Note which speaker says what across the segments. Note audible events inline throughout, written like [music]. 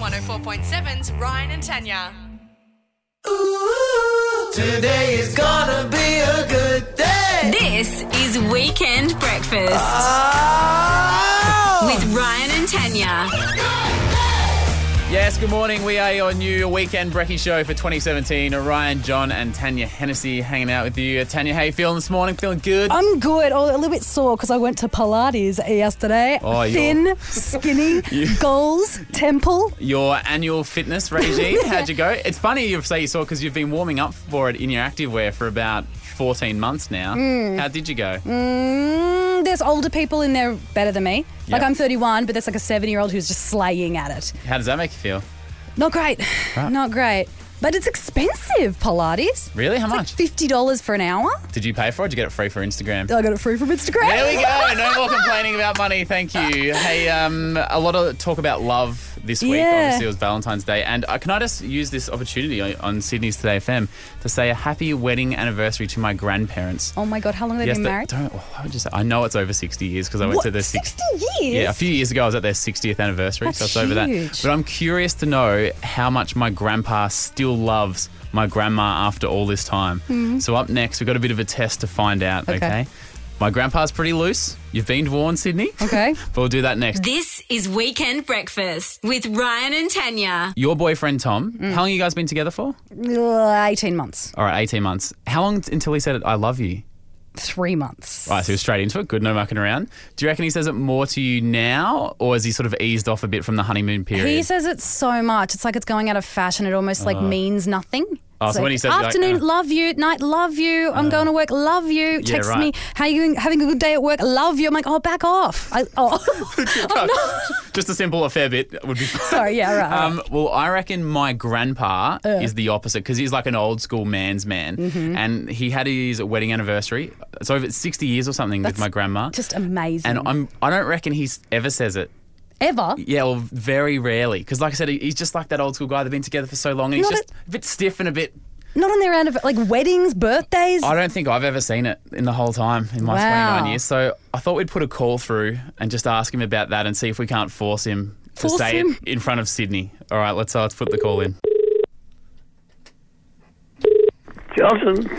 Speaker 1: 104.7's Ryan and Tanya.
Speaker 2: Today is gonna be a good day.
Speaker 3: This is Weekend Breakfast
Speaker 4: Ah.
Speaker 2: Oh!
Speaker 3: with Ryan and Tanya.
Speaker 4: Yes, good morning. We are your new weekend brekkie show for 2017. Ryan, John, and Tanya Hennessy hanging out with you. Tanya, how you feeling this morning? Feeling good?
Speaker 5: I'm good. Oh, a little bit sore because I went to Pilates yesterday.
Speaker 4: Oh, you're-
Speaker 5: Thin,
Speaker 4: [laughs]
Speaker 5: skinny, goals, temple.
Speaker 4: Your annual fitness
Speaker 5: [laughs]
Speaker 4: regime, how'd you go? It's funny you say you saw because you've been warming up for it in your activewear for about 14 months now. How did you go?
Speaker 5: Mm, there's older people in there better than me. Like
Speaker 4: Yeah.
Speaker 5: I'm 31, but there's like a seven year old who's just slaying at it.
Speaker 4: How does that make you feel?
Speaker 5: Not great.
Speaker 4: Ah.
Speaker 5: Not great. But it's expensive, Pilates.
Speaker 4: Really? How
Speaker 5: It's like
Speaker 4: much?
Speaker 5: $50 for an hour.
Speaker 4: Did you pay for it? Did you get it free for Instagram?
Speaker 5: I got it free from Instagram.
Speaker 4: There we go. No more complaining about money. Thank you. Hey, um, a lot of talk about love this week.
Speaker 5: Yeah.
Speaker 4: Obviously, it was Valentine's Day. And uh, can I just use this opportunity on, on Sydney's Today FM to say a happy wedding anniversary to my grandparents?
Speaker 5: Oh my God, how long have they been
Speaker 4: the-
Speaker 5: married?
Speaker 4: don't. oh, I would just. I know it's over sixty years because I went
Speaker 5: What,
Speaker 4: to their
Speaker 5: 60
Speaker 4: sixty.
Speaker 5: years?
Speaker 4: Yeah, a few years ago I was at their sixtieth anniversary, so it's
Speaker 5: That's
Speaker 4: over that.
Speaker 5: huge.
Speaker 4: But I'm curious to know how much my grandpa still loves my grandma after all this time. So up next, we've got a bit of a test to find out. Okay.
Speaker 5: Mm-hmm. Okay.
Speaker 4: My grandpa's pretty loose. You've been warned, Sydney.
Speaker 5: Okay.
Speaker 4: [laughs] but we'll do that next.
Speaker 3: This is Weekend Breakfast with Ryan and Tanya.
Speaker 4: Your boyfriend Tom.
Speaker 5: Mm.
Speaker 4: How long you guys been together for?
Speaker 5: Ugh, 18 months.
Speaker 4: All right, eighteen months. How long t- until he said, "I love you"?
Speaker 5: Three months.
Speaker 4: All right, so he was straight into it. Good, no mucking around. Do you reckon he says it more to you now, or has he sort of eased off a bit from the honeymoon period?
Speaker 5: He says it so much. It's like it's going out of fashion. It almost like means nothing.
Speaker 4: Uh-huh. Oh,
Speaker 5: It's
Speaker 4: so when
Speaker 5: like,
Speaker 4: he says, like,
Speaker 5: afternoon,
Speaker 4: uh,
Speaker 5: love you. Night, love you. I'm going to work, love you. Text
Speaker 4: right.
Speaker 5: me, how you doing? having a good day at work? Love you. I'm like, oh, back off. I, oh, [laughs] I'm not-
Speaker 4: Just a simple, a fair bit would
Speaker 5: [laughs]
Speaker 4: be.
Speaker 5: sorry. Yeah, right. right.
Speaker 4: Um, well, I reckon my grandpa
Speaker 5: Uh.
Speaker 4: is the opposite because he's like an old school man's man,
Speaker 5: Mm-hmm.
Speaker 4: and he had his wedding anniversary. It's over sixty years or something with
Speaker 5: That's
Speaker 4: my grandma.
Speaker 5: Just amazing.
Speaker 4: and I'm, I don't reckon he's ever says it.
Speaker 5: Ever?
Speaker 4: Yeah, well, very rarely. Because, like I said, he- he's just like that old school guy. They've been together for so long, and he's
Speaker 5: Not
Speaker 4: just a bit stiff and a bit
Speaker 5: Not on their end of like weddings, birthdays.
Speaker 4: I don't think I've ever seen it in the whole time in my
Speaker 5: Wow.
Speaker 4: 29 years. So I thought we'd put a call through and just ask him about that and see if we can't force him to
Speaker 5: Force
Speaker 4: say
Speaker 5: him?
Speaker 4: it in front of Sydney. All right, let's uh, let's put the call in.
Speaker 6: Johnson.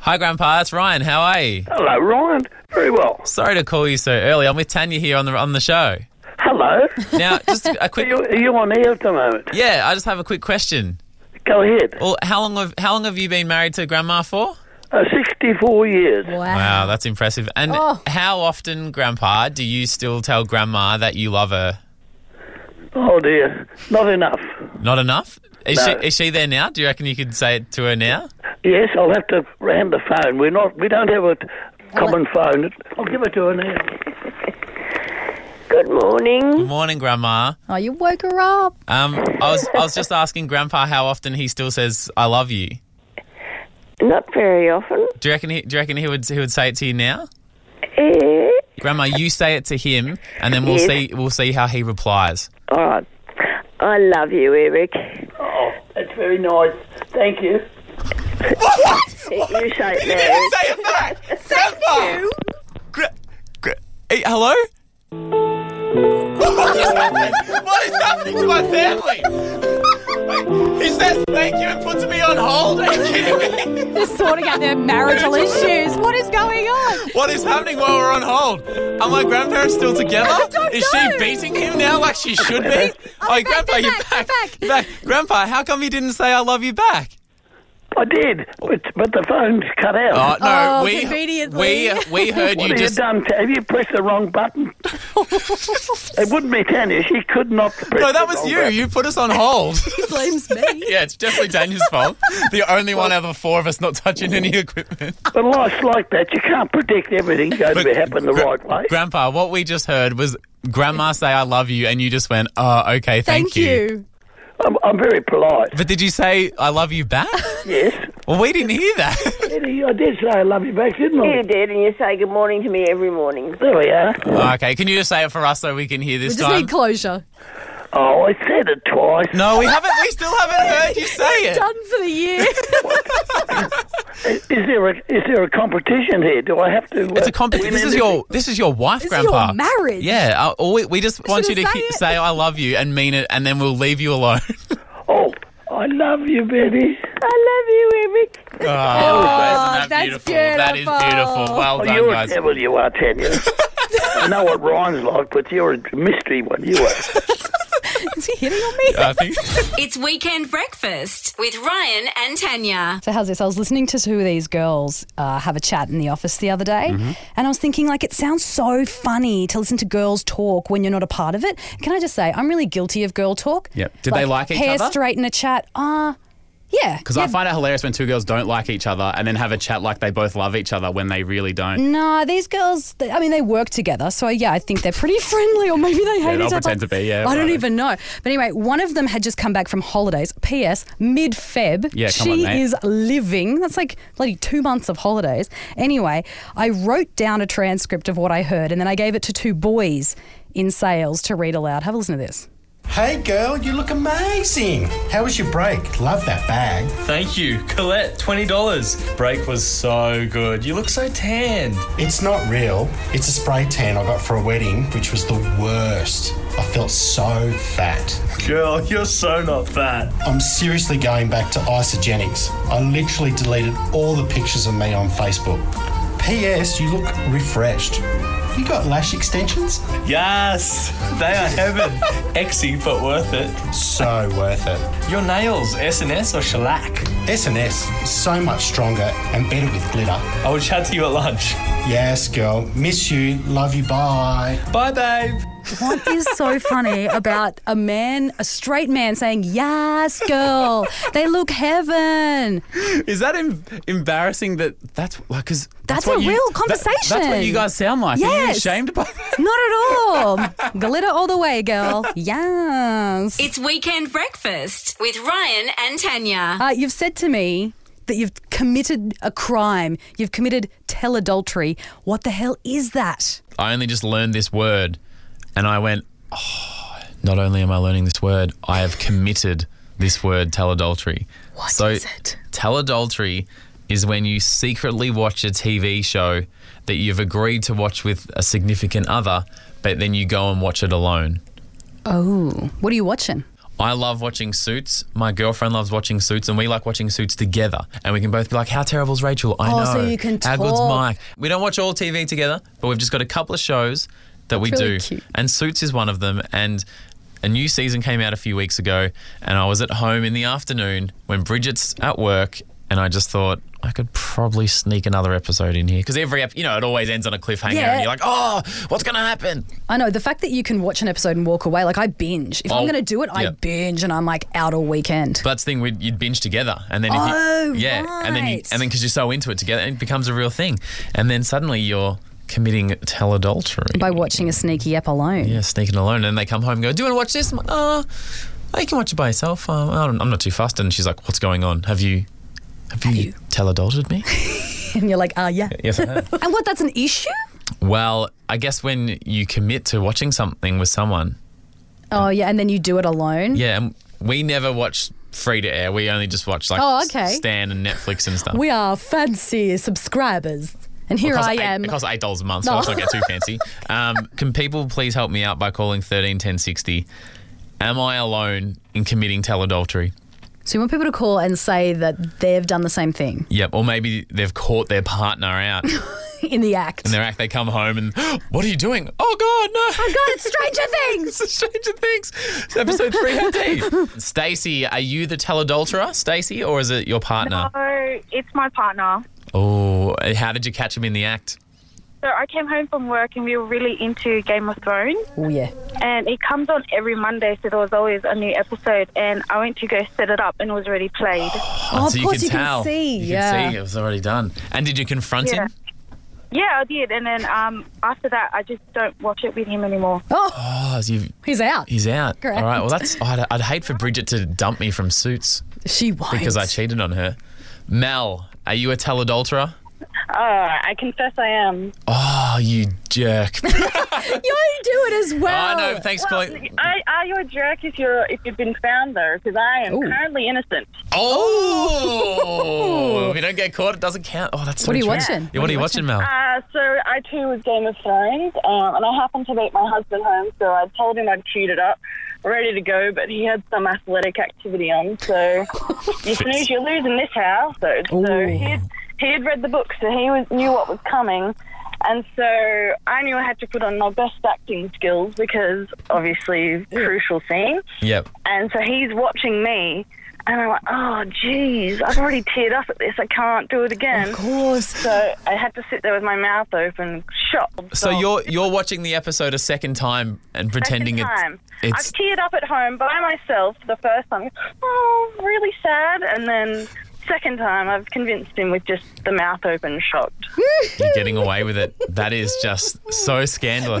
Speaker 4: Hi, Grandpa. It's Ryan. How are you?
Speaker 6: Hello, Ryan. Very well.
Speaker 4: Sorry to call you so early. I'm with Tanya here on the on the show.
Speaker 6: Hello.
Speaker 4: Now, just a
Speaker 6: [laughs] Are
Speaker 4: quick.
Speaker 6: you, are you on air at the moment?
Speaker 4: [laughs] Yeah, I just have a quick question.
Speaker 6: Go ahead.
Speaker 4: Well, how long have how long have you been married to Grandma for?
Speaker 5: Uh-huh.
Speaker 6: Uh, 64 years.
Speaker 5: wow.
Speaker 4: Wow, that's impressive. And
Speaker 5: Oh.
Speaker 4: how often, Grandpa, do you still tell Grandma that you love her?
Speaker 6: Oh, dear. Not enough.
Speaker 4: Not enough? Is,
Speaker 6: No.
Speaker 4: she, is she there now? Do you reckon you could say it to her now?
Speaker 6: Yes, I'll have to hand the phone. We're not, we don't have a t- common phone. I'll give it to her now.
Speaker 7: Good morning.
Speaker 4: Morning, Grandma.
Speaker 5: Oh, you woke her up.
Speaker 4: Um, I was I was just asking Grandpa how often he still says "I love you."
Speaker 7: Not very often.
Speaker 4: Do you reckon? He, do you reckon he would he would say it to you now,
Speaker 7: Eh,
Speaker 4: Grandma? You say it to him, and then we'll
Speaker 7: Yes.
Speaker 4: see we'll see how he replies.
Speaker 7: all right. I love you, Eric.
Speaker 6: Oh, that's very nice. Thank you.
Speaker 7: You say it now.
Speaker 4: Say it back, Grandpa. Gra- gra- eh, hello. [laughs] what is happening to my family? He says thank you and puts me on hold. Are you kidding me?
Speaker 5: They're sorting out their marital issues. What is going on?
Speaker 4: What is happening while we're on hold? Are my grandparents still together? is she
Speaker 5: know.
Speaker 4: beating him now like she should be? oh, Grandpa,
Speaker 5: they're
Speaker 4: you're
Speaker 5: back,
Speaker 4: back.
Speaker 5: they're
Speaker 4: back. Grandpa, how come you didn't say I love you back?
Speaker 6: I did, but, but the phone's cut
Speaker 4: Oh,
Speaker 6: out.
Speaker 4: no,
Speaker 5: Oh,
Speaker 4: we, we,
Speaker 5: conveniently.
Speaker 4: we heard
Speaker 6: what
Speaker 4: you
Speaker 6: have
Speaker 4: just.
Speaker 6: you done? Ta- Have you pressed the wrong button? it wouldn't be Tanya. She could not press
Speaker 4: No, that
Speaker 6: the
Speaker 4: was
Speaker 6: wrong
Speaker 4: you.
Speaker 6: button.
Speaker 4: You put us
Speaker 5: [laughs]
Speaker 4: on hold.
Speaker 5: He blames me.
Speaker 4: yeah, it's definitely Daniel's fault. The only one out of the four of us not touching any equipment.
Speaker 6: But life's like that. You can't predict everything's going to happen the
Speaker 4: Gra-
Speaker 6: right way.
Speaker 4: Grandpa, what we just heard was Grandma say I love you, and you just went, oh, okay, thank,
Speaker 5: Thank you.
Speaker 6: I'm, I'm very polite.
Speaker 4: But did you say I love you back?
Speaker 6: Yes.
Speaker 4: well, we didn't hear that.
Speaker 6: Eddie, I did say I love you back, didn't I?
Speaker 7: You did, and you say good morning to me every morning.
Speaker 6: There we are.
Speaker 4: Oh, Okay, can you just say it for us so we can hear this
Speaker 5: We just
Speaker 4: time?
Speaker 5: need closure.
Speaker 6: Oh, I said it twice.
Speaker 5: [laughs]
Speaker 4: no, we haven't. We still haven't heard you say it.
Speaker 5: Done for the year.
Speaker 6: Is there a is there a competition here? Do I have to? uh,
Speaker 4: It's a competition.
Speaker 6: win
Speaker 4: This is
Speaker 6: anything?
Speaker 4: your this is your wife,
Speaker 5: This is your
Speaker 4: Grandpa.
Speaker 5: marriage.
Speaker 4: Yeah. Uh, we, we just want you
Speaker 5: should've
Speaker 4: to
Speaker 5: say
Speaker 4: he-
Speaker 5: it.
Speaker 4: say I love you and mean it, and then we'll leave you
Speaker 5: [laughs]
Speaker 4: alone.
Speaker 6: Oh, I love you, Betty.
Speaker 7: I love you, Eric.
Speaker 4: oh, isn't that
Speaker 5: that's
Speaker 4: beautiful? That is
Speaker 5: beautiful.
Speaker 4: beautiful. Well
Speaker 6: Oh,
Speaker 4: done,
Speaker 6: you're
Speaker 4: guys.
Speaker 6: a devil, you
Speaker 4: [laughs]
Speaker 6: are, Tanya. I know what rhymes like, but you're a mystery one. You are.
Speaker 5: Is he hitting on me? [laughs]
Speaker 4: I think.
Speaker 3: It's Weekend Breakfast with Ryan and Tanya.
Speaker 5: So how's this? I was listening to two of these girls uh, have a chat in the office the other day,
Speaker 4: Mm-hmm.
Speaker 5: and I was thinking like it sounds so funny to listen to girls talk when you're not a part of it. Can I just say I'm really guilty of girl talk.
Speaker 4: Yep. Did they like each
Speaker 5: hair
Speaker 4: other?
Speaker 5: straighten a chat? Ah, yeah.
Speaker 4: Because I find it hilarious when two girls don't like each other and then have a chat like they both love each other when they really don't.
Speaker 5: No, these girls. They, I mean, they work together, so yeah, I think they're pretty [laughs] friendly, or maybe they hate each
Speaker 4: they'll
Speaker 5: other.
Speaker 4: pretend to be, yeah,
Speaker 5: I don't
Speaker 4: right.
Speaker 5: even know. But anyway, one of them had just come back from holidays. P.S. Mid Feb.
Speaker 4: Yeah, come
Speaker 5: she
Speaker 4: on, mate.
Speaker 5: is living. That's like bloody two months of holidays. Anyway, I wrote down a transcript of what I heard, and then I gave it to two boys in sales to read aloud. Have a listen to this.
Speaker 1: Hey girl, you look amazing. How was your break? Love that bag.
Speaker 8: Thank you, Colette. Twenty dollars. Break was so good. You look so tanned.
Speaker 1: It's not real. It's a spray tan I got for a wedding, which was the worst. I felt so fat.
Speaker 8: Girl, you're so not fat.
Speaker 1: I'm seriously going back to isogenics. I literally deleted all the pictures of me on Facebook. P.S. You look refreshed. You got lash extensions?
Speaker 8: Yes, they
Speaker 1: [laughs]
Speaker 8: are heaven. Exy, but worth it.
Speaker 1: So worth it.
Speaker 8: Your nails, S and S or shellac?
Speaker 1: S&S is so much stronger and better with glitter.
Speaker 8: I will chat to you at lunch.
Speaker 1: Yes, girl. Miss you. Love you. Bye.
Speaker 8: Bye, babe.
Speaker 5: What is so funny about a man, a straight man, saying yes, girl? They look heaven.
Speaker 4: Is that em- embarrassing that that's like because
Speaker 5: That's a real
Speaker 4: that's what
Speaker 5: conversation.
Speaker 4: you guys sound like. Are you
Speaker 5: Yes.
Speaker 4: ashamed by that?
Speaker 5: Not at all. Glitter all the way, girl. Yes.
Speaker 3: It's Weekend Breakfast with Ryan and Tanya.
Speaker 5: Uh, you've said to me that you've committed a crime. You've committed teladultery. What the hell is that?
Speaker 4: I only just learned this word, and I went. Oh, not only am I learning this word, I have committed this word teladultery. What so,
Speaker 5: is it?
Speaker 4: Teladultery is when you secretly watch a TV show that you've agreed to watch with a significant other, but then you go and watch it alone.
Speaker 5: Oh, what are you watching?
Speaker 4: I love watching Suits. My girlfriend loves watching Suits, and we like watching Suits together. And we can both be like, "How terrible's Rachel?" I
Speaker 5: Oh,
Speaker 4: know.
Speaker 5: so you can
Speaker 4: How good's
Speaker 5: talk.
Speaker 4: Mike? We don't watch all TV together, but we've just got a couple of shows that we
Speaker 5: really
Speaker 4: do,
Speaker 5: cute.
Speaker 4: and Suits is one of them. And a new season came out a few weeks ago, and I was at home in the afternoon when Bridget's at work, and I just thought. I could probably sneak another episode in here because every, ep- you know, it always ends on a cliffhanger,
Speaker 5: Yeah.
Speaker 4: and you're like, "Oh, what's going to happen?"
Speaker 5: I know the fact that you can watch an episode and walk away. Like I binge. If I'm
Speaker 4: Oh,
Speaker 5: going to do it, I
Speaker 4: yeah.
Speaker 5: binge, and I'm like out all weekend.
Speaker 4: But that's the thing we'd, you'd binge together, and then if
Speaker 5: Oh,
Speaker 4: you, yeah, and then you,
Speaker 5: right.
Speaker 4: and then because you're so into it together, it becomes a real thing, and then suddenly you're committing teladultery
Speaker 5: by watching a sneaky ep alone.
Speaker 4: yeah, sneaking alone, and they come home and go, "Do you want to watch this?" I'm like, uh, oh, you can watch it by yourself. Uh, I don't, I'm not too fussed. And she's like, "What's going on? Have you, have, you,
Speaker 5: [laughs]
Speaker 4: teladulted me?"
Speaker 5: And you're like, ah, yeah.
Speaker 4: yes, I have.
Speaker 5: And what? That's an issue?
Speaker 4: well, I guess when you commit to watching something with someone,
Speaker 5: Oh yeah, and then you do it alone.
Speaker 4: yeah, and we never watch free to air. We only just watch like
Speaker 5: Oh, okay.
Speaker 4: Stan and Netflix and stuff.
Speaker 5: We are fancy subscribers, and here
Speaker 4: It costs
Speaker 5: I
Speaker 4: eight-
Speaker 5: am.
Speaker 4: It costs eight dollars a month, so let's not get too
Speaker 5: [laughs]
Speaker 4: fancy. Um, can people please help me out by calling thirteen ten sixty? Am I alone in committing teladultery?
Speaker 5: So you want people to call and say that they've done the same thing [laughs]
Speaker 4: Yep. Or maybe they've caught their partner out in
Speaker 5: in the act.
Speaker 4: their act. They come home and, [gasps] what are you doing? Oh God, no! [laughs]
Speaker 5: Oh [laughs] God, it's Stranger Things.
Speaker 4: It's Stranger Things, It's episode
Speaker 5: [laughs]
Speaker 4: three hundred. Stacey, are you the teladulterer, Stacey, or is it your partner?
Speaker 9: So it's my partner.
Speaker 4: Oh, how did you catch him in the act?
Speaker 9: So I came home from work and we were really into Game of Thrones,
Speaker 5: Oh yeah.
Speaker 9: and it comes on every Monday, so there was always a new episode. And I went to go set it up, and it was already played.
Speaker 5: Oh,
Speaker 4: And
Speaker 5: of
Speaker 4: so
Speaker 5: course
Speaker 4: you
Speaker 5: you
Speaker 4: can
Speaker 5: can
Speaker 4: tell.
Speaker 5: see,
Speaker 4: You
Speaker 5: yeah.
Speaker 4: can see it was already done. And did you confront
Speaker 9: Yeah.
Speaker 4: him?
Speaker 9: yeah, I did. And then um, after that, I just don't watch it with him anymore.
Speaker 5: Oh,
Speaker 4: Oh, so you've
Speaker 5: he's out.
Speaker 4: He's out.
Speaker 5: Correct.
Speaker 4: All right. Well, that's. I'd, I'd hate for Bridget to dump me from Suits
Speaker 5: she won't. [laughs]
Speaker 4: because I cheated on her. Mel, are you a teladulterer?
Speaker 9: Oh, I confess I am.
Speaker 4: Oh, you jerk.
Speaker 5: You do it as
Speaker 4: I
Speaker 5: well.
Speaker 4: know. Thanks, Chloe.
Speaker 9: I, are you a jerk if you're if you've been found though? Because I am
Speaker 5: Ooh.
Speaker 9: currently innocent.
Speaker 4: Oh, if you don't get caught, it doesn't count. Oh, that's so
Speaker 5: What are you
Speaker 4: true.
Speaker 5: watching?
Speaker 4: Yeah, what are you watching, Mel?
Speaker 9: Uh, so I too was Game of Thrones, um, and I happened to meet my husband home. So I told him I'd queued it up, ready to go, but he had some athletic activity on.
Speaker 5: [laughs]
Speaker 9: So you snooze, you lose in this house. So, so
Speaker 5: Ooh.
Speaker 9: he had, he had read the book, so he was, knew what was coming. And so I knew I had to put on my best acting skills because obviously crucial scene.
Speaker 4: Yep.
Speaker 9: And so he's watching me, and I'm like, oh, jeez, I've already teared up at this. I can't do it again.
Speaker 5: Of course.
Speaker 9: So I had to sit there with my mouth open, shut.
Speaker 4: So you're you're watching the episode a second time and pretending it's
Speaker 9: time.
Speaker 4: it's
Speaker 9: I've teared up at home by myself the first time. Oh, really sad. And then second time, I've convinced him with just the mouth open, shocked.
Speaker 4: you're getting away with it. That is just so scandalous.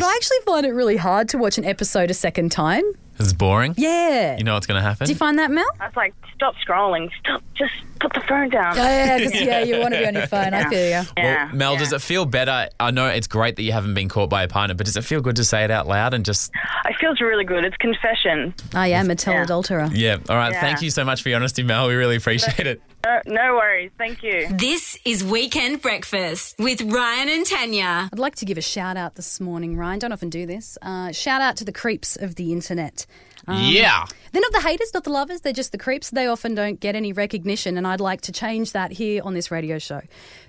Speaker 5: [laughs] But I actually find it really hard to watch an episode a second time.
Speaker 4: It's boring.
Speaker 5: Yeah.
Speaker 4: You know what's going to happen.
Speaker 5: do you find that, Mel?
Speaker 9: I was like, stop scrolling, stop, just put the phone
Speaker 5: [laughs]
Speaker 9: down.
Speaker 5: Yeah, 'cause, yeah, you want to be on your phone. I feel you.
Speaker 4: Well,
Speaker 9: yeah,
Speaker 4: Mel,
Speaker 9: yeah.
Speaker 4: does it feel better? I know it's great that you haven't been caught by a partner, but does it feel good to say it out loud and just
Speaker 9: It feels really good. It's confession.
Speaker 5: I am a teleadulterer.
Speaker 4: yeah? All right,
Speaker 9: Yeah.
Speaker 4: thank you so much for your honesty, Mel. We really appreciate it.
Speaker 9: No, no worries. Thank you.
Speaker 3: This is Weekend Breakfast with Ryan and Tanya.
Speaker 5: I'd like to give a shout out this morning, Ryan. Don't often do this. Uh, shout out to the creeps of the internet.
Speaker 4: yeah.
Speaker 5: They're not the haters, not the lovers. They're just the creeps. They often don't get any recognition, and I'd like to change that here on this radio show.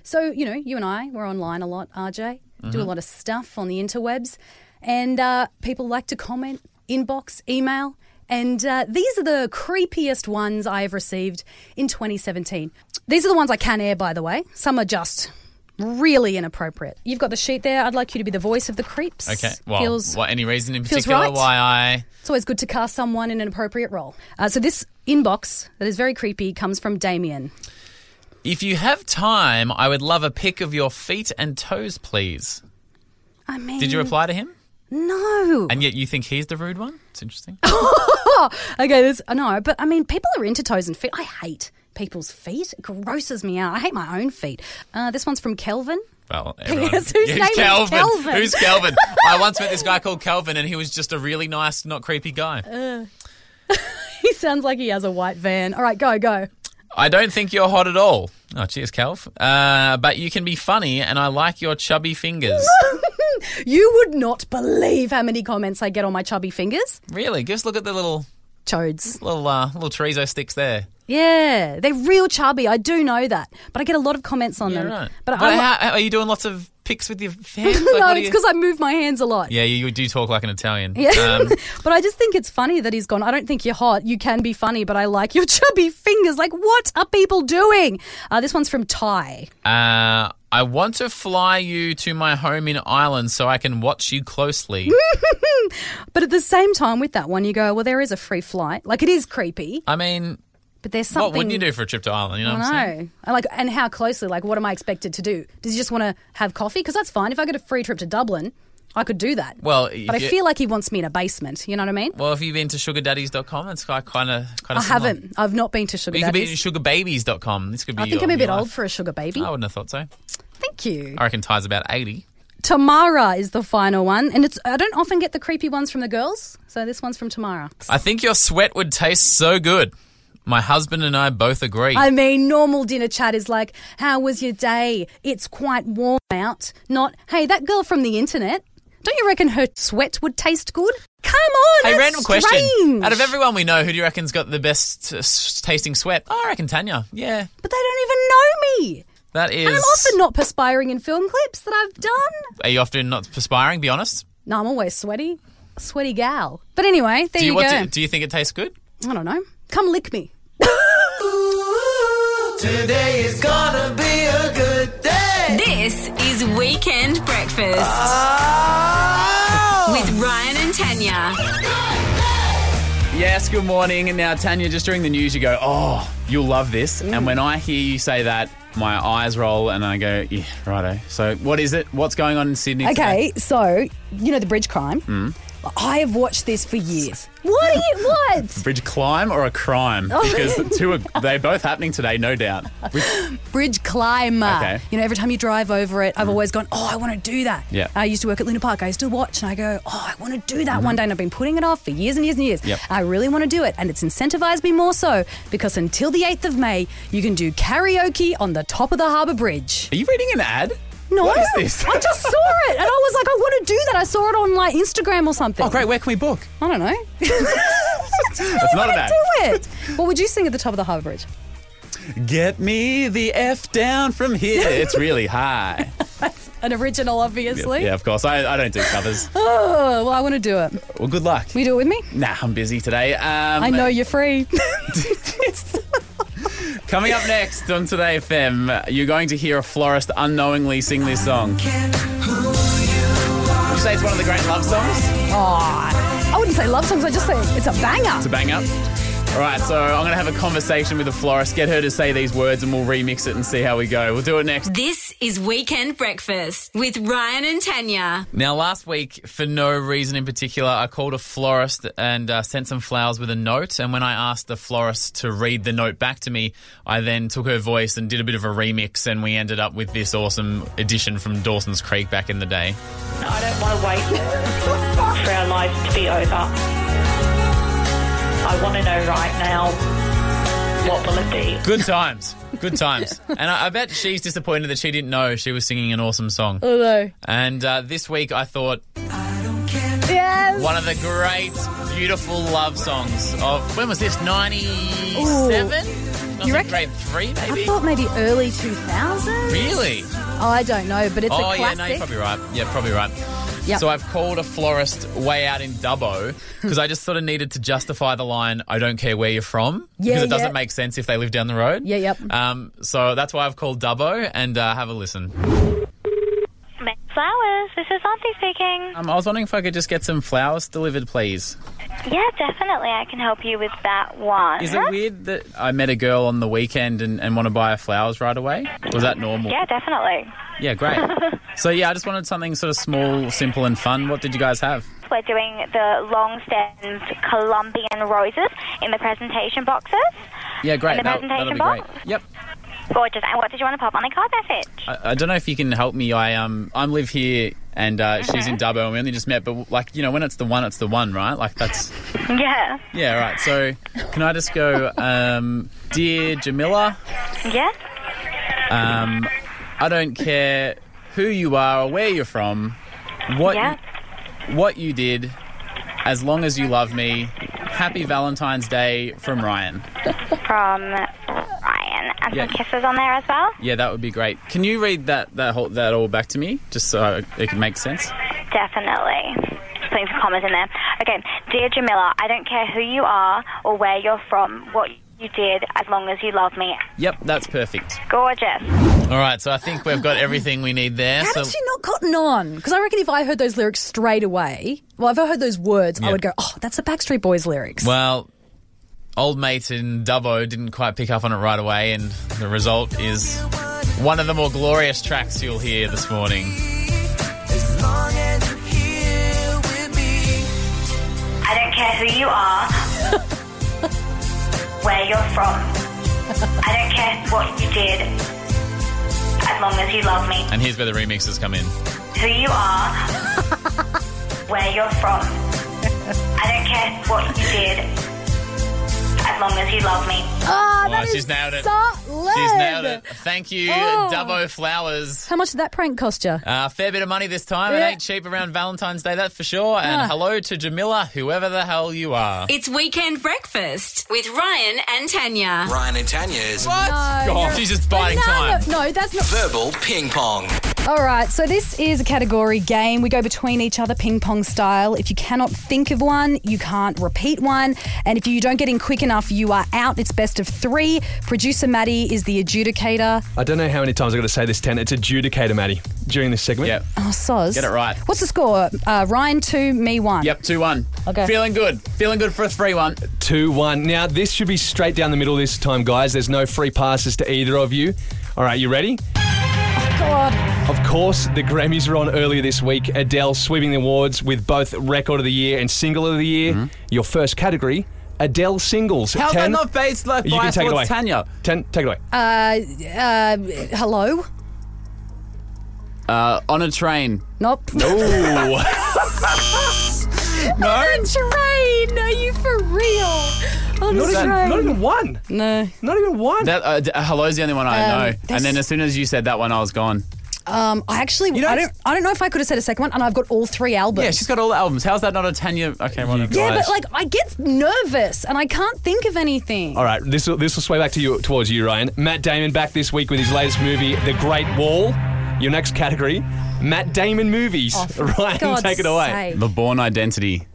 Speaker 5: So, you know, you and I, we're online a lot, RJ, do a
Speaker 4: Mm-hmm.
Speaker 5: lot of stuff on the interwebs, and uh, people like to comment, inbox, email. And uh, these are the creepiest ones I have received in 2017. These are the ones I can air, by the way. Some are just really inappropriate. You've got the sheet there. I'd like you to be the voice of the creeps.
Speaker 4: Okay. Well,
Speaker 5: Feels-
Speaker 4: what, any reason in
Speaker 5: feels
Speaker 4: particular
Speaker 5: right.
Speaker 4: why I?
Speaker 5: it's always good to cast someone in an appropriate role. Uh, so this inbox that is very creepy comes from Damien.
Speaker 4: If you have time, I would love a pic of your feet and toes, please.
Speaker 5: I mean,
Speaker 4: Did you reply to him?
Speaker 5: No.
Speaker 4: And yet you think he's the rude one? It's interesting.
Speaker 5: Oh, okay, this I know, but I mean, people are into toes and feet. I hate people's feet. It grosses me out. I hate my own feet. Uh, this one's from Kelvin. [laughs]
Speaker 4: Well, everyone.
Speaker 5: Yes, whose name is Kelvin?
Speaker 4: Who's Kelvin? I once met this guy called Kelvin, and he was just a really nice, not creepy guy.
Speaker 5: He sounds like he has a white van. All right, go go. [laughs]
Speaker 4: I don't think you're hot at all. Oh, cheers, Calf. Uh, but you can be funny, and I like your
Speaker 5: [laughs]
Speaker 4: chubby fingers.
Speaker 5: You would not believe how many comments I get on my chubby fingers.
Speaker 4: really? Give us a look at the little
Speaker 5: Chodes.
Speaker 4: little uh, little chorizo sticks there.
Speaker 5: Yeah, they're real chubby. I do know that, but I get a lot of comments on
Speaker 4: Yeah,
Speaker 5: them.
Speaker 4: right.
Speaker 5: But
Speaker 4: But,
Speaker 5: I'm [laughs]
Speaker 4: how, how- are you doing lots of pics with your hands? Like,
Speaker 5: no,
Speaker 4: what do
Speaker 5: it's
Speaker 4: you-
Speaker 5: because I move my hands a lot.
Speaker 4: Yeah, you, you do talk like an Italian.
Speaker 5: Yeah.
Speaker 4: Um,
Speaker 5: but I just think it's funny that he's gone. I don't think you're hot. You can be funny, but I like your [laughs] chubby fingers. Like, what are people doing? Uh, this one's from Ty.
Speaker 4: uh, I want to fly you to my home in Ireland so I can watch you
Speaker 5: [laughs]
Speaker 4: closely.
Speaker 5: But at the same time, with that one, you go, well, there is a free flight. Like, it is creepy,
Speaker 4: I mean,
Speaker 5: but there's
Speaker 4: what
Speaker 5: something.
Speaker 4: wouldn't you do for a trip to Ireland? You know what I'm saying?
Speaker 5: No, I like, and how closely? Like, what am I expected to do? Does he just want to have coffee? Because that's fine. If I get a free trip to Dublin, I could do that.
Speaker 4: Well,
Speaker 5: but I
Speaker 4: if you-
Speaker 5: feel like he wants me in a basement. You know what I mean?
Speaker 4: Well, have you been to sugardaddies.com? It's kind of kind of.
Speaker 5: I haven't. I've not been to sugar
Speaker 4: You could be
Speaker 5: daddies.
Speaker 4: sugarbabies.com. This could be.
Speaker 5: I think
Speaker 4: your-
Speaker 5: I'm a
Speaker 4: your
Speaker 5: bit
Speaker 4: life.
Speaker 5: old for a sugar baby.
Speaker 4: I wouldn't have thought so.
Speaker 5: Thank you.
Speaker 4: I reckon Ty's about 80.
Speaker 5: Tamara is the final one, and it's I don't often get the creepy ones from the girls, so this one's from Tamara.
Speaker 4: I think your sweat would taste so good. My husband and I both agree.
Speaker 5: I mean, normal dinner chat is like, "How was your day? It's quite warm out." Not, "Hey, that girl from the internet." Don't you reckon her sweat would taste good? Come on,
Speaker 4: hey,
Speaker 5: that's
Speaker 4: random question.
Speaker 5: strange.
Speaker 4: Out of everyone we know, who do you reckon's got the best uh, s- tasting sweat? Oh, I reckon Tanya. Yeah.
Speaker 5: but they don't even know me.
Speaker 4: That is.
Speaker 5: And I'm often not perspiring in film clips that I've done.
Speaker 4: Are you often not perspiring, be honest?
Speaker 5: No, I'm always sweaty, sweaty gal. But anyway, there
Speaker 4: Do
Speaker 5: you,
Speaker 4: what
Speaker 5: go.
Speaker 4: Do, do you think it tastes good?
Speaker 5: I don't know. Come lick me.
Speaker 2: Today is gonna be a good day.
Speaker 3: This is Weekend Breakfast
Speaker 2: Oh.
Speaker 3: with Ryan and Tanya.
Speaker 4: Yes, good morning. And now, Tanya, just during the news, you go, oh, you'll love this.
Speaker 5: Mm.
Speaker 4: And when I hear you say that, my eyes roll and I go, yeah, righto. So, what is it? What's going on in Sydney?
Speaker 10: Hmm.
Speaker 5: Okay, so you know the bridge crime. I have watched this for years. What are you? What?
Speaker 10: Bridge climb or a crime?
Speaker 5: Oh.
Speaker 10: Because the two
Speaker 5: [laughs]
Speaker 10: are they're both happening today, no doubt. With-
Speaker 5: Bridge climber.
Speaker 10: Okay. Hmm.
Speaker 5: You know, every time you drive over it, I've always gone, oh, I want to do that.
Speaker 10: Yeah.
Speaker 5: I used to work at Luna Park. I used to watch and I go, oh, I want to do that one day. And I've been putting it off for years and years and years.
Speaker 10: Mm-hmm. Yep.
Speaker 5: I really want to do it. And it's incentivized me more so because until the 8th of May, you can do karaoke on the top of the Harbour Bridge.
Speaker 10: are you reading an ad?
Speaker 5: No,
Speaker 10: What is
Speaker 5: [laughs]
Speaker 10: this?
Speaker 5: I just saw it and I was like, I want to do that. I saw it on like Instagram or something.
Speaker 10: Oh, great. Where can we book? [laughs]
Speaker 5: I don't know. It's
Speaker 10: That's not an ad.
Speaker 5: Do it. What would you sing at the top of the Harbour Bridge?
Speaker 10: Get me the F down from here.
Speaker 5: [laughs]
Speaker 10: It's really high.
Speaker 5: An original, obviously.
Speaker 10: yeah, of course. I, I don't do covers.
Speaker 5: Oh, well, I want to do it.
Speaker 10: Well, good luck.
Speaker 5: Will you do it with me?
Speaker 10: Nah, I'm busy today. Um,
Speaker 5: I know
Speaker 10: [laughs]
Speaker 5: you're free.
Speaker 10: Coming up next on Today FM, you're going to hear a florist unknowingly sing this song. Would you say it's one of the great love songs?
Speaker 5: I wouldn't say love songs. I just say it's a banger.
Speaker 10: It's a banger. All right, so I'm going to have a conversation with a florist, get her to say these words, and we'll remix it and see how we go. We'll do it next.
Speaker 3: This is Weekend Breakfast with Ryan and Tanya.
Speaker 4: Now, last week, for no reason in particular, I called a florist and uh, sent some flowers with a note. And when I asked the florist to read the note back to me, I then took her voice and did a bit of a remix, and we ended up with this awesome edition from Dawson's Creek back in the day.
Speaker 9: I don't want to wait for our lives to be over. I want to know right now what will it be.
Speaker 4: Good times. Good times. And I, I bet she's disappointed that she didn't know she was singing an awesome song.
Speaker 5: Although,
Speaker 4: And uh, this week, I thought
Speaker 5: yes.
Speaker 4: one of the great, beautiful love songs of when was this? Ninety-seven.
Speaker 5: You
Speaker 4: You
Speaker 5: reckon-
Speaker 4: Grade three,
Speaker 5: I
Speaker 4: maybe.
Speaker 5: thought maybe early 2000s.
Speaker 4: Really?
Speaker 5: I don't know, but it's
Speaker 4: oh
Speaker 5: a
Speaker 4: yeah, no,
Speaker 5: classic.
Speaker 4: you're probably right. Yeah, probably right.
Speaker 5: Yep.
Speaker 4: So I've called a florist way out
Speaker 5: [laughs]
Speaker 4: in Dubbo because I just sort of needed to justify the line. I don't care where you're from
Speaker 5: Yeah,
Speaker 4: because it
Speaker 5: yeah.
Speaker 4: doesn't make sense if they live down the road.
Speaker 5: Yeah, yep.
Speaker 4: Um, so that's why I've called Dubbo and uh, have a listen.
Speaker 9: Flowers, this is Auntie speaking.
Speaker 4: Um, I was wondering if I could just get some flowers delivered, please.
Speaker 9: Yeah, definitely, I can help you with that one.
Speaker 4: Is it weird that I met a girl on the weekend and, and want to buy her flowers right away? Was that normal?
Speaker 9: Yeah, definitely.
Speaker 4: Yeah,
Speaker 9: [laughs]
Speaker 4: great. so yeah, I just wanted something sort of small, simple, and fun. What did you guys have?
Speaker 9: We're doing the long stemmed Colombian roses in the presentation boxes.
Speaker 4: Yeah, great.
Speaker 9: And the
Speaker 4: That'll, that'll
Speaker 9: presentation
Speaker 4: be great.
Speaker 9: box?
Speaker 4: Yep.
Speaker 9: Gorgeous. And what did you want to pop on the card message?
Speaker 4: I, I don't know if you can help me. I um I live here and uh, she's in Dubbo and we only just met. But like you know, when it's the one, it's the one, right? Like that's
Speaker 9: Yeah.
Speaker 4: yeah, right. So can I just go, um, dear Jamila?
Speaker 9: Yeah?
Speaker 4: Um, I don't care who you are or where you're from, what
Speaker 9: Yeah.
Speaker 4: you, what you did, as long as you love me. Happy Valentine's Day from Ryan.
Speaker 9: From Ryan. And
Speaker 4: Yeah.
Speaker 9: some kisses on there as well?
Speaker 4: Yeah, that would be great. Can you read that that whole, that all back to me, just so it can make sense?
Speaker 9: Definitely. Just putting some commas in there. Okay. Dear Jamila, I don't care who you are or where you're from, what you did, as long as you love me.
Speaker 4: Yep, that's perfect.
Speaker 9: Gorgeous.
Speaker 4: All right, so I think we've got everything we need there.
Speaker 5: How
Speaker 4: so
Speaker 5: did she not gotten on? Because I reckon if I heard those lyrics straight away, well, if I heard those words, I
Speaker 4: Yeah.
Speaker 5: would go, oh, that's the Backstreet Boys lyrics.
Speaker 4: well, old mate in Dubbo didn't quite pick up on it right away, and the result is one of the more glorious tracks you'll hear this morning.
Speaker 9: I don't care who you are, where you're from. I don't care what you did, as long as you love me.
Speaker 4: And here's where the remixes come in.
Speaker 9: Who you are, where you're from. I don't care what you did, as long as you love me.
Speaker 5: oh, that
Speaker 4: Oh,
Speaker 5: is
Speaker 4: she's nailed it.
Speaker 5: solid.
Speaker 4: She's nailed it. Thank you,
Speaker 5: Oh.
Speaker 4: Dubbo Flowers.
Speaker 5: How much did that prank cost you?
Speaker 4: Uh, fair bit of money this time.
Speaker 5: Yeah.
Speaker 4: It ain't cheap around Valentine's Day, that's for sure. And
Speaker 5: Ah.
Speaker 4: hello to Jamila, whoever the hell you are.
Speaker 3: It's Weekend Breakfast with Ryan and Tanya.
Speaker 11: Ryan and Tanya's
Speaker 4: God, she's just biding
Speaker 5: no,
Speaker 4: time.
Speaker 5: No, that's not.
Speaker 11: verbal ping pong.
Speaker 5: All right, so this is a category game. We go between each other ping pong style. If you cannot think of one, you can't repeat one. And if you don't get in quick enough, you are out. It's best of three. Producer Maddie is the adjudicator.
Speaker 7: I don't know how many times I've got to say this, Tan. It's adjudicator, Maddie, during this segment.
Speaker 4: Yep.
Speaker 5: Oh, Soz.
Speaker 4: Get it right.
Speaker 5: What's the score? Uh, Ryan two, me one.
Speaker 4: Yep, 2 1.
Speaker 5: Okay.
Speaker 4: Feeling good. Feeling good for a 3 1.
Speaker 7: 2 1. Now, this should be straight down the middle this time, guys. There's no free passes to either of you. All right, you ready?
Speaker 5: God.
Speaker 11: Of course, the Grammys were on earlier this week. Adele sweeping the awards with both Record of the Year and Single of the Year. Mm-hmm. Your first category, Adele singles.
Speaker 4: How is that
Speaker 11: Ten,
Speaker 4: not based like
Speaker 11: you can
Speaker 4: bias
Speaker 11: take it
Speaker 4: towards
Speaker 11: away.
Speaker 4: Tanya?
Speaker 11: Ten, take it away.
Speaker 5: Uh, uh, hello?
Speaker 4: Uh, on a train.
Speaker 5: Nope. [laughs]
Speaker 4: No.
Speaker 5: On a train! Are you for real? On
Speaker 4: Not
Speaker 5: a
Speaker 4: even-
Speaker 5: train.
Speaker 4: not even
Speaker 11: one.
Speaker 5: No.
Speaker 11: Not even one.
Speaker 4: That, uh, d- uh, hello's the only one
Speaker 5: Um,
Speaker 4: I know.
Speaker 5: that's-
Speaker 4: And then as soon as you said that one, I was gone.
Speaker 5: Um, I actually, I don't, I don't know if I could have said a second one, and I've got all three albums.
Speaker 4: Yeah, she's got all the albums. How's that not a Tanya? Okay, one
Speaker 5: Yeah, but like I get nervous and I can't think of anything.
Speaker 11: All right, this will this will sway back to you towards you, Ryan. Matt Damon back this week with his latest movie, The Great Wall. Your next category, Matt Damon movies.
Speaker 5: Oh,
Speaker 4: [laughs]
Speaker 5: for
Speaker 11: [laughs] Ryan,
Speaker 5: God's
Speaker 11: take it away.
Speaker 5: sake.
Speaker 4: The Born Identity.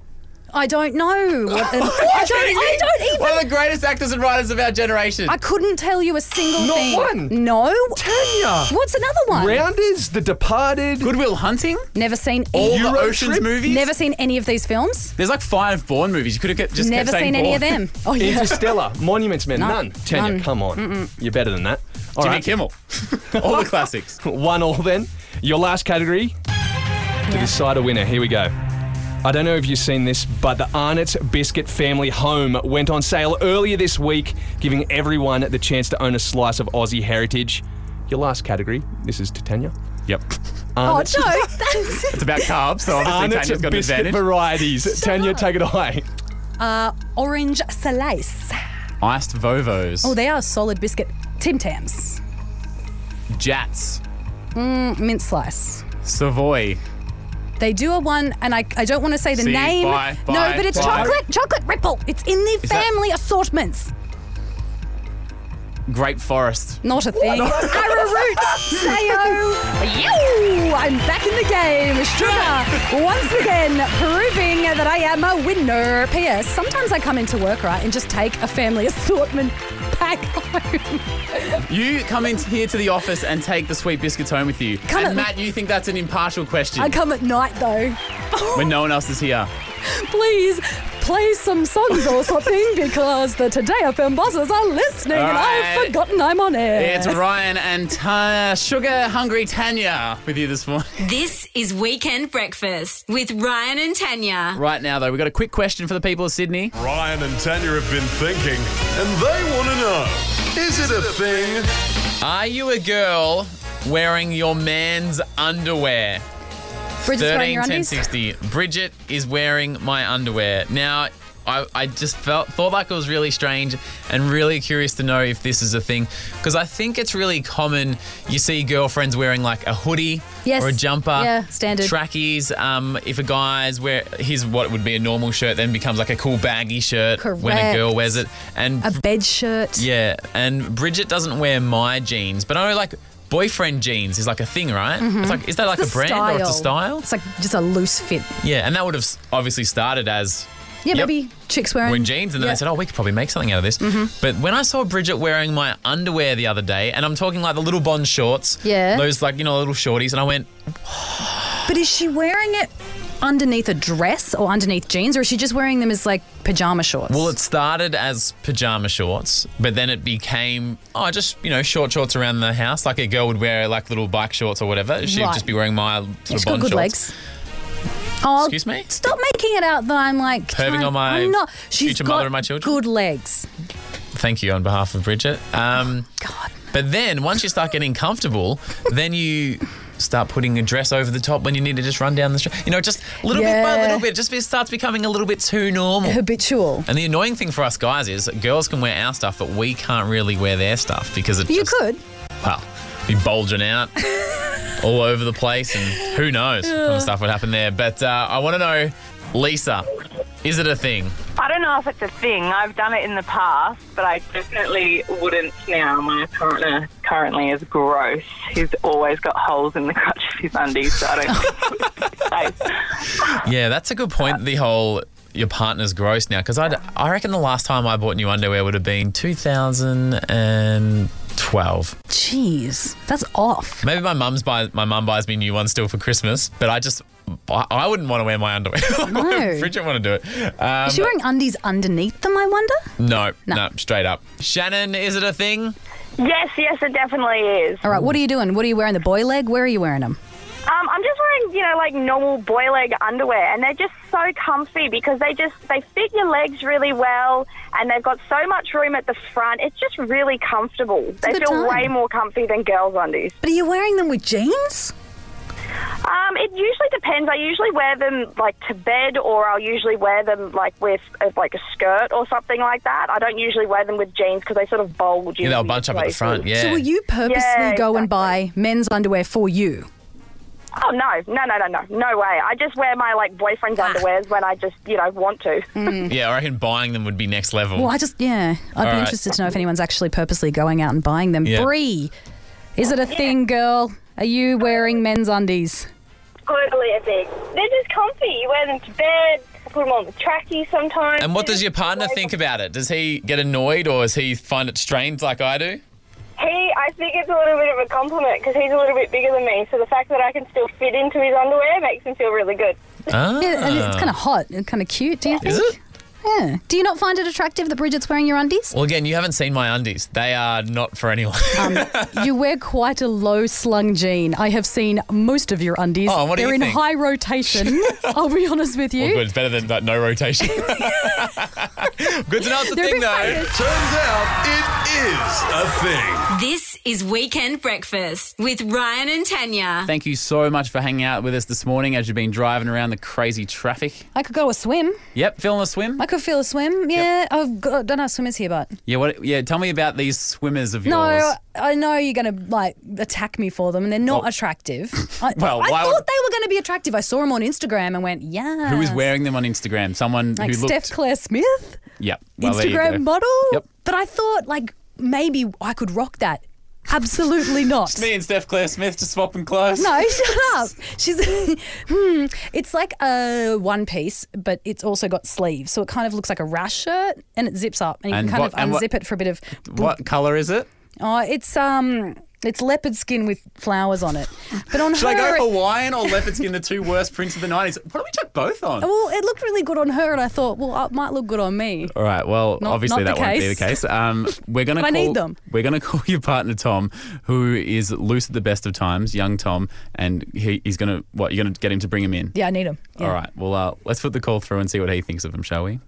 Speaker 5: I don't know.
Speaker 4: [laughs]
Speaker 5: What, I don't. I don't even.
Speaker 4: One of the greatest actors and writers of our generation.
Speaker 5: I couldn't tell you a single
Speaker 4: Not
Speaker 5: thing.
Speaker 4: one.
Speaker 5: No.
Speaker 11: Tanya.
Speaker 5: What's another one?
Speaker 11: Rounders, The Departed,
Speaker 4: Goodwill Hunting.
Speaker 5: Never seen
Speaker 4: All
Speaker 5: any
Speaker 4: the Oceans movies?
Speaker 5: Never seen any of these films.
Speaker 4: There's like five Born movies. You could have kept- just
Speaker 5: Never
Speaker 4: kept saying
Speaker 5: seen any
Speaker 4: Bourne.
Speaker 5: of them. Oh yeah.
Speaker 11: Interstellar, Monuments Men,
Speaker 5: No,
Speaker 11: none. Tanya,
Speaker 5: none.
Speaker 11: come on.
Speaker 5: Mm-mm.
Speaker 11: You're better than that.
Speaker 4: Jimmy Kimmel. [laughs] all the classics.
Speaker 11: One all then. Your last category to decide a winner. Here we go. I don't know if you've seen this, but the Arnott's Biscuit Family Home went on sale earlier this week, giving everyone the chance to own a slice of Aussie heritage. Your last category. This is Titania.
Speaker 4: Yep.
Speaker 5: [laughs]
Speaker 4: [laughs]
Speaker 5: Oh
Speaker 11: Arnott's,
Speaker 5: no. That's
Speaker 4: It's about carbs, so obviously
Speaker 11: Arnott's
Speaker 4: Tanya's got an
Speaker 11: biscuit
Speaker 4: advantage.
Speaker 11: varieties. Tanya, take it away.
Speaker 5: uh, orange slice.
Speaker 4: Iced Vovos.
Speaker 5: Oh, they are solid biscuit. Tim Tams.
Speaker 4: Jats.
Speaker 5: Mm, mint slice.
Speaker 4: Savoy.
Speaker 5: They do a one, and I, I don't want to say the
Speaker 4: See,
Speaker 5: name.
Speaker 4: bye,
Speaker 5: no,
Speaker 4: bye,
Speaker 5: but it's
Speaker 4: bye.
Speaker 5: chocolate, chocolate ripple. It's in the
Speaker 4: Is that-
Speaker 5: family assortments.
Speaker 4: Grape Forest.
Speaker 5: Not a thing. [laughs] Arrowroot, sayo, you. I'm back in the game. Sugar, once again, proving that I am a winner. P.S. Sometimes I come into work, right, and just take a family [laughs] assortment pack home.
Speaker 4: You come in here to the office and take the sweet biscuits home with you.
Speaker 5: Come
Speaker 4: and
Speaker 5: at-
Speaker 4: Matt, you think that's an impartial question
Speaker 5: I come at night, though. [laughs]
Speaker 4: when no one else is here.
Speaker 5: Please play some songs or
Speaker 4: [laughs]
Speaker 5: something because the Today FM bosses are listening
Speaker 4: All
Speaker 5: and I've
Speaker 4: right.
Speaker 5: forgotten I'm on air.
Speaker 4: It's Ryan and Ta- Sugar Hungry Tanya with you this morning. [laughs]
Speaker 12: This is Weekend Breakfast with Ryan and Tanya.
Speaker 4: Right now, though, we've got a quick question for the people of Sydney.
Speaker 2: Ryan and Tanya have been thinking, and they want to know is it a thing?
Speaker 4: Are you a girl wearing your man's underwear?
Speaker 5: Bridget's wearing
Speaker 4: Thirteen
Speaker 5: your
Speaker 4: ten
Speaker 5: undies.
Speaker 4: sixty. Bridget is wearing my underwear. Now, I, I just felt thought like it was really strange and really curious to know if this is a thing because I think it's really common. You see girlfriends wearing like a hoodie
Speaker 5: Yes.
Speaker 4: or a jumper,
Speaker 5: Yeah, standard.
Speaker 4: trackies. Um, if a guy's wear his what would be a normal shirt then becomes like a cool baggy shirt when a girl
Speaker 5: Correct.
Speaker 4: wears it, and
Speaker 5: A bed shirt.
Speaker 4: yeah, and Bridget doesn't wear my jeans, but I know like boyfriend jeans is like a thing, right? It's like is that like
Speaker 5: Mm-hmm. It's
Speaker 4: a brand or it's a style?
Speaker 5: It's like just a loose fit.
Speaker 4: Yeah, and that would have s- obviously started as
Speaker 5: Yeah,
Speaker 4: Yep.
Speaker 5: maybe chicks wearing.
Speaker 4: wearing jeans, and then
Speaker 5: Yeah. Mm-hmm.
Speaker 4: they said, "Oh, we could probably make something out of this." But when I saw Bridget wearing my underwear the other day, and I'm talking like the little bond shorts,
Speaker 5: Yeah.
Speaker 4: those like you know little shorties, and I went, "Oh."
Speaker 5: But is she wearing it underneath a dress or underneath jeans, or is she just wearing them as like pajama shorts?
Speaker 4: "Well, it started as pajama shorts, but then it became oh, just you know short shorts around the house, like a girl would wear like little bike shorts or whatever. She'd
Speaker 5: Right.
Speaker 4: just be wearing my sort
Speaker 5: She's
Speaker 4: of
Speaker 5: got
Speaker 4: bond
Speaker 5: good
Speaker 4: shorts."
Speaker 5: legs. Oh,
Speaker 4: Excuse me?
Speaker 5: Stop making it out that I'm like
Speaker 4: Perving
Speaker 5: trying-
Speaker 4: on my
Speaker 5: I'm not. She's
Speaker 4: future
Speaker 5: got
Speaker 4: mother and my children?
Speaker 5: Good legs.
Speaker 4: thank you on behalf of Bridget. Um, God. But then once you start getting comfortable, then you start putting a dress over the top when you need to just run down the street. You know, just little bit by
Speaker 5: Yeah.
Speaker 4: little bit, it just it starts becoming a little bit too normal.
Speaker 5: Habitual.
Speaker 4: and the annoying thing for us guys is that girls can wear our stuff, but we can't really wear their stuff because it's
Speaker 5: You
Speaker 4: just,
Speaker 5: could.
Speaker 4: well, be
Speaker 5: [laughs]
Speaker 4: bulging out all over the place, and who knows what kind of stuff would happen there. But uh, I want to know, Lisa, is it a thing?
Speaker 7: I don't know if it's a thing. I've done it in the past, but I definitely wouldn't now. My partner currently is gross. He's always got holes in the crotch of his undies, so I don't.
Speaker 4: Yeah, that's a good point. The whole your partner's gross now because I I reckon the last time I bought new underwear would have been 2012.
Speaker 5: Jeez, that's off.
Speaker 4: Maybe my mum's buy my mum buys me new ones still for Christmas, but I just I, I wouldn't want to wear my underwear. [laughs]
Speaker 5: No.
Speaker 4: Bridget want to do it. Um,
Speaker 5: Is she wearing undies underneath them? I wonder.
Speaker 4: no,
Speaker 5: No.
Speaker 4: no, straight up. Shannon, is it a thing?
Speaker 7: [laughs] Yes, yes, it definitely is.
Speaker 5: All right, what are you doing? What are you wearing? The boy leg? Where are you wearing them?
Speaker 7: Um, I'm just wearing, you know, like normal boy leg underwear, and they're just so comfy because they just they fit your legs really well, and they've got so much room at the front. It's just really comfortable.
Speaker 5: It's
Speaker 7: they
Speaker 5: a good
Speaker 7: feel
Speaker 5: time.
Speaker 7: way more comfy than girls' undies.
Speaker 5: But are you wearing them with jeans?
Speaker 7: Um, it usually depends. I usually wear them like to bed, or I'll usually wear them like with uh, like a skirt or something like that. I don't usually wear them with jeans because they sort of bulge.
Speaker 13: Yeah, they'll
Speaker 7: in
Speaker 13: bunch up at the
Speaker 7: places.
Speaker 13: front. Yeah.
Speaker 5: So will you purposely
Speaker 7: Yeah,
Speaker 5: go and buy men's underwear for you?
Speaker 7: Oh no, no, no, no, no, no way! I just wear my like boyfriend's
Speaker 14: Ah.
Speaker 7: underwears when I just you know want to.
Speaker 13: Yeah, I reckon buying them would be next level.
Speaker 5: Well, I just yeah, I'd
Speaker 13: All
Speaker 5: be
Speaker 13: right.
Speaker 5: interested to know if anyone's actually purposely going out and buying them.
Speaker 13: Yeah.
Speaker 5: Bree, is it a thing, girl? Are you wearing men's undies?
Speaker 14: Totally a thing. They're just comfy. You wear them to bed. I put them on the trackie sometimes.
Speaker 13: And what does your partner think about it? Does he get annoyed or does he find it strange like I do?
Speaker 14: He, I think it's a little bit of a compliment because he's a little bit bigger than me. So the fact that I can still fit into his underwear makes him feel really good.
Speaker 13: Ah.
Speaker 5: Yeah, and it's kind of hot and kind of cute. Do you think?
Speaker 13: Is it?
Speaker 5: Yeah. Do you not find it attractive that Bridget's wearing your undies?
Speaker 13: Well, again, you haven't seen my undies. They are not for
Speaker 5: [laughs]
Speaker 13: anyone.
Speaker 5: you wear quite a low slung jean. I have seen most of your undies.
Speaker 13: Oh, what do
Speaker 5: They're
Speaker 13: you
Speaker 5: in
Speaker 13: think?
Speaker 5: high rotation. I'll be honest with
Speaker 13: Well,
Speaker 5: you.
Speaker 13: good. It's better than that no
Speaker 5: [laughs]
Speaker 13: rotation. good to know it's a
Speaker 5: They're a
Speaker 13: thing,
Speaker 5: bit
Speaker 13: though.
Speaker 5: faded.
Speaker 2: Turns out it is a thing.
Speaker 3: This is Weekend Breakfast with Ryan and Tanya.
Speaker 4: Thank you so much for hanging out with us this morning as you've been driving around the crazy traffic.
Speaker 5: I could go a swim.
Speaker 4: Yep, feeling a swim?
Speaker 5: I could feel a swim. Yeah. I've got, don't have swimmers here, but
Speaker 4: Yeah, what? Yeah, tell me about these swimmers of yours.
Speaker 5: no, I know you're going to like attack me for them, and they're not
Speaker 4: Well-
Speaker 5: attractive. I,
Speaker 4: Well,
Speaker 5: I
Speaker 4: why
Speaker 5: thought
Speaker 4: would-
Speaker 5: they were going to be attractive. I saw them on Instagram and went, yeah.
Speaker 4: Who is wearing them on Instagram? Someone
Speaker 5: uh, like
Speaker 4: who looked.
Speaker 5: Steph Claire Smith,
Speaker 4: Yep. well, there you
Speaker 5: Instagram
Speaker 4: go.
Speaker 5: model.
Speaker 4: Yep.
Speaker 5: But I thought like maybe I could rock that. Absolutely not.
Speaker 4: It's me and Steph Claire Smith just swapping clothes. [laughs]
Speaker 5: No, shut up. She's [laughs] hmm. It's like a one piece, but it's also got sleeves, so it kind of looks like a rash shirt, and it zips up, and you
Speaker 4: And
Speaker 5: can kind
Speaker 4: what-
Speaker 5: of
Speaker 4: and
Speaker 5: unzip
Speaker 4: what-
Speaker 5: it for a bit of.
Speaker 4: What color is it?
Speaker 5: Oh, it's um, it's leopard skin with flowers on it, but on
Speaker 4: Should I
Speaker 5: her.
Speaker 4: go Hawaiian or leopard skin? The two worst prints of the nineties. Why don't we chuck both on?
Speaker 5: Well, it looked really good on her, and I thought, well, it might look good on me.
Speaker 4: All right. Well,
Speaker 5: Not-
Speaker 4: obviously
Speaker 5: not
Speaker 4: that
Speaker 5: the
Speaker 4: won't be the
Speaker 5: case.
Speaker 4: case.
Speaker 5: [laughs]
Speaker 4: Um, we're gonna.
Speaker 5: But I
Speaker 4: call,
Speaker 5: need them.
Speaker 4: We're gonna [laughs] call your partner Tom, who is loose at the best of times, young Tom, and he, he's gonna. What you're gonna get him to bring him in?
Speaker 5: Yeah, I need them.
Speaker 4: All right. Well, uh, let's put the call through and see what he thinks of him, shall we?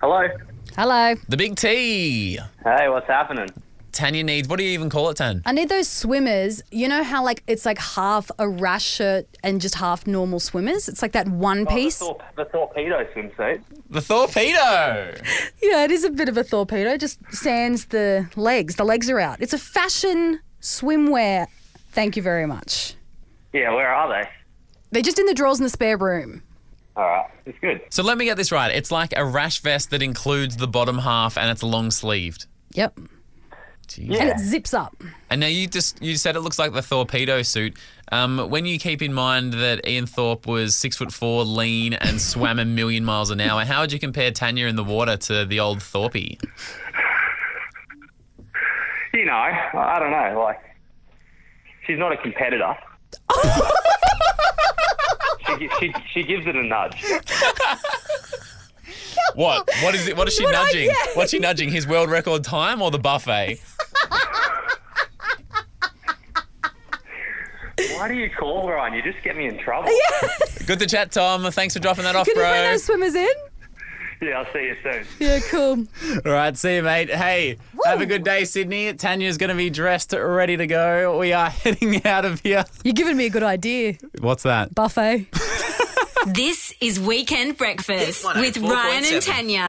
Speaker 11: Hello.
Speaker 5: Hello.
Speaker 13: The big T.
Speaker 11: Hey, what's happening?
Speaker 13: Tanya needs. What do you even call it, Tan?
Speaker 5: I need those swimmers. You know how like it's like half a rash shirt and just half normal swimmers. It's like that one piece.
Speaker 11: Oh, The, tor- the torpedo swimsuit.
Speaker 13: The torpedo.
Speaker 5: Yeah, it is a bit of a torpedo. Just sands the legs. The legs are out. It's a fashion swimwear. Thank you very much.
Speaker 11: Yeah, where are they?
Speaker 5: They're just in the drawers in the spare room.
Speaker 11: All right, it's good.
Speaker 13: So let me get this right. It's like a rash vest that includes the bottom half and it's long sleeved.
Speaker 5: Yep. And it zips up.
Speaker 13: And now you just you said it looks like the torpedo suit. Um, when you keep in mind that Ian Thorpe was six foot four, lean, and swam a million miles an hour, how would you compare Tanya in the water to the old Thorpey?
Speaker 11: You know, I don't know. Like, she's not a competitor. she, gi- she, she gives it a nudge.
Speaker 13: What? What is it? What is she
Speaker 11: What I
Speaker 13: nudging?
Speaker 11: get.
Speaker 13: What's she nudging? His world record time or the buffet?
Speaker 11: Why do you call, Ryan? You just get me in trouble.
Speaker 13: Good to chat, Tom. Thanks for dropping that off,
Speaker 5: Can you bring
Speaker 13: bro.
Speaker 5: those swimmers in?
Speaker 11: Yeah, I'll see you soon.
Speaker 5: Yeah, cool.
Speaker 4: All right, see you, mate. Hey, have a good day, Sydney. Tanya's going to be dressed, ready to go. We are [laughs] heading out of here.
Speaker 5: You're giving me a good idea.
Speaker 4: What's that?
Speaker 5: Buffet.
Speaker 3: This is Weekend Breakfast with
Speaker 4: 104.7.
Speaker 3: Ryan and Tanya.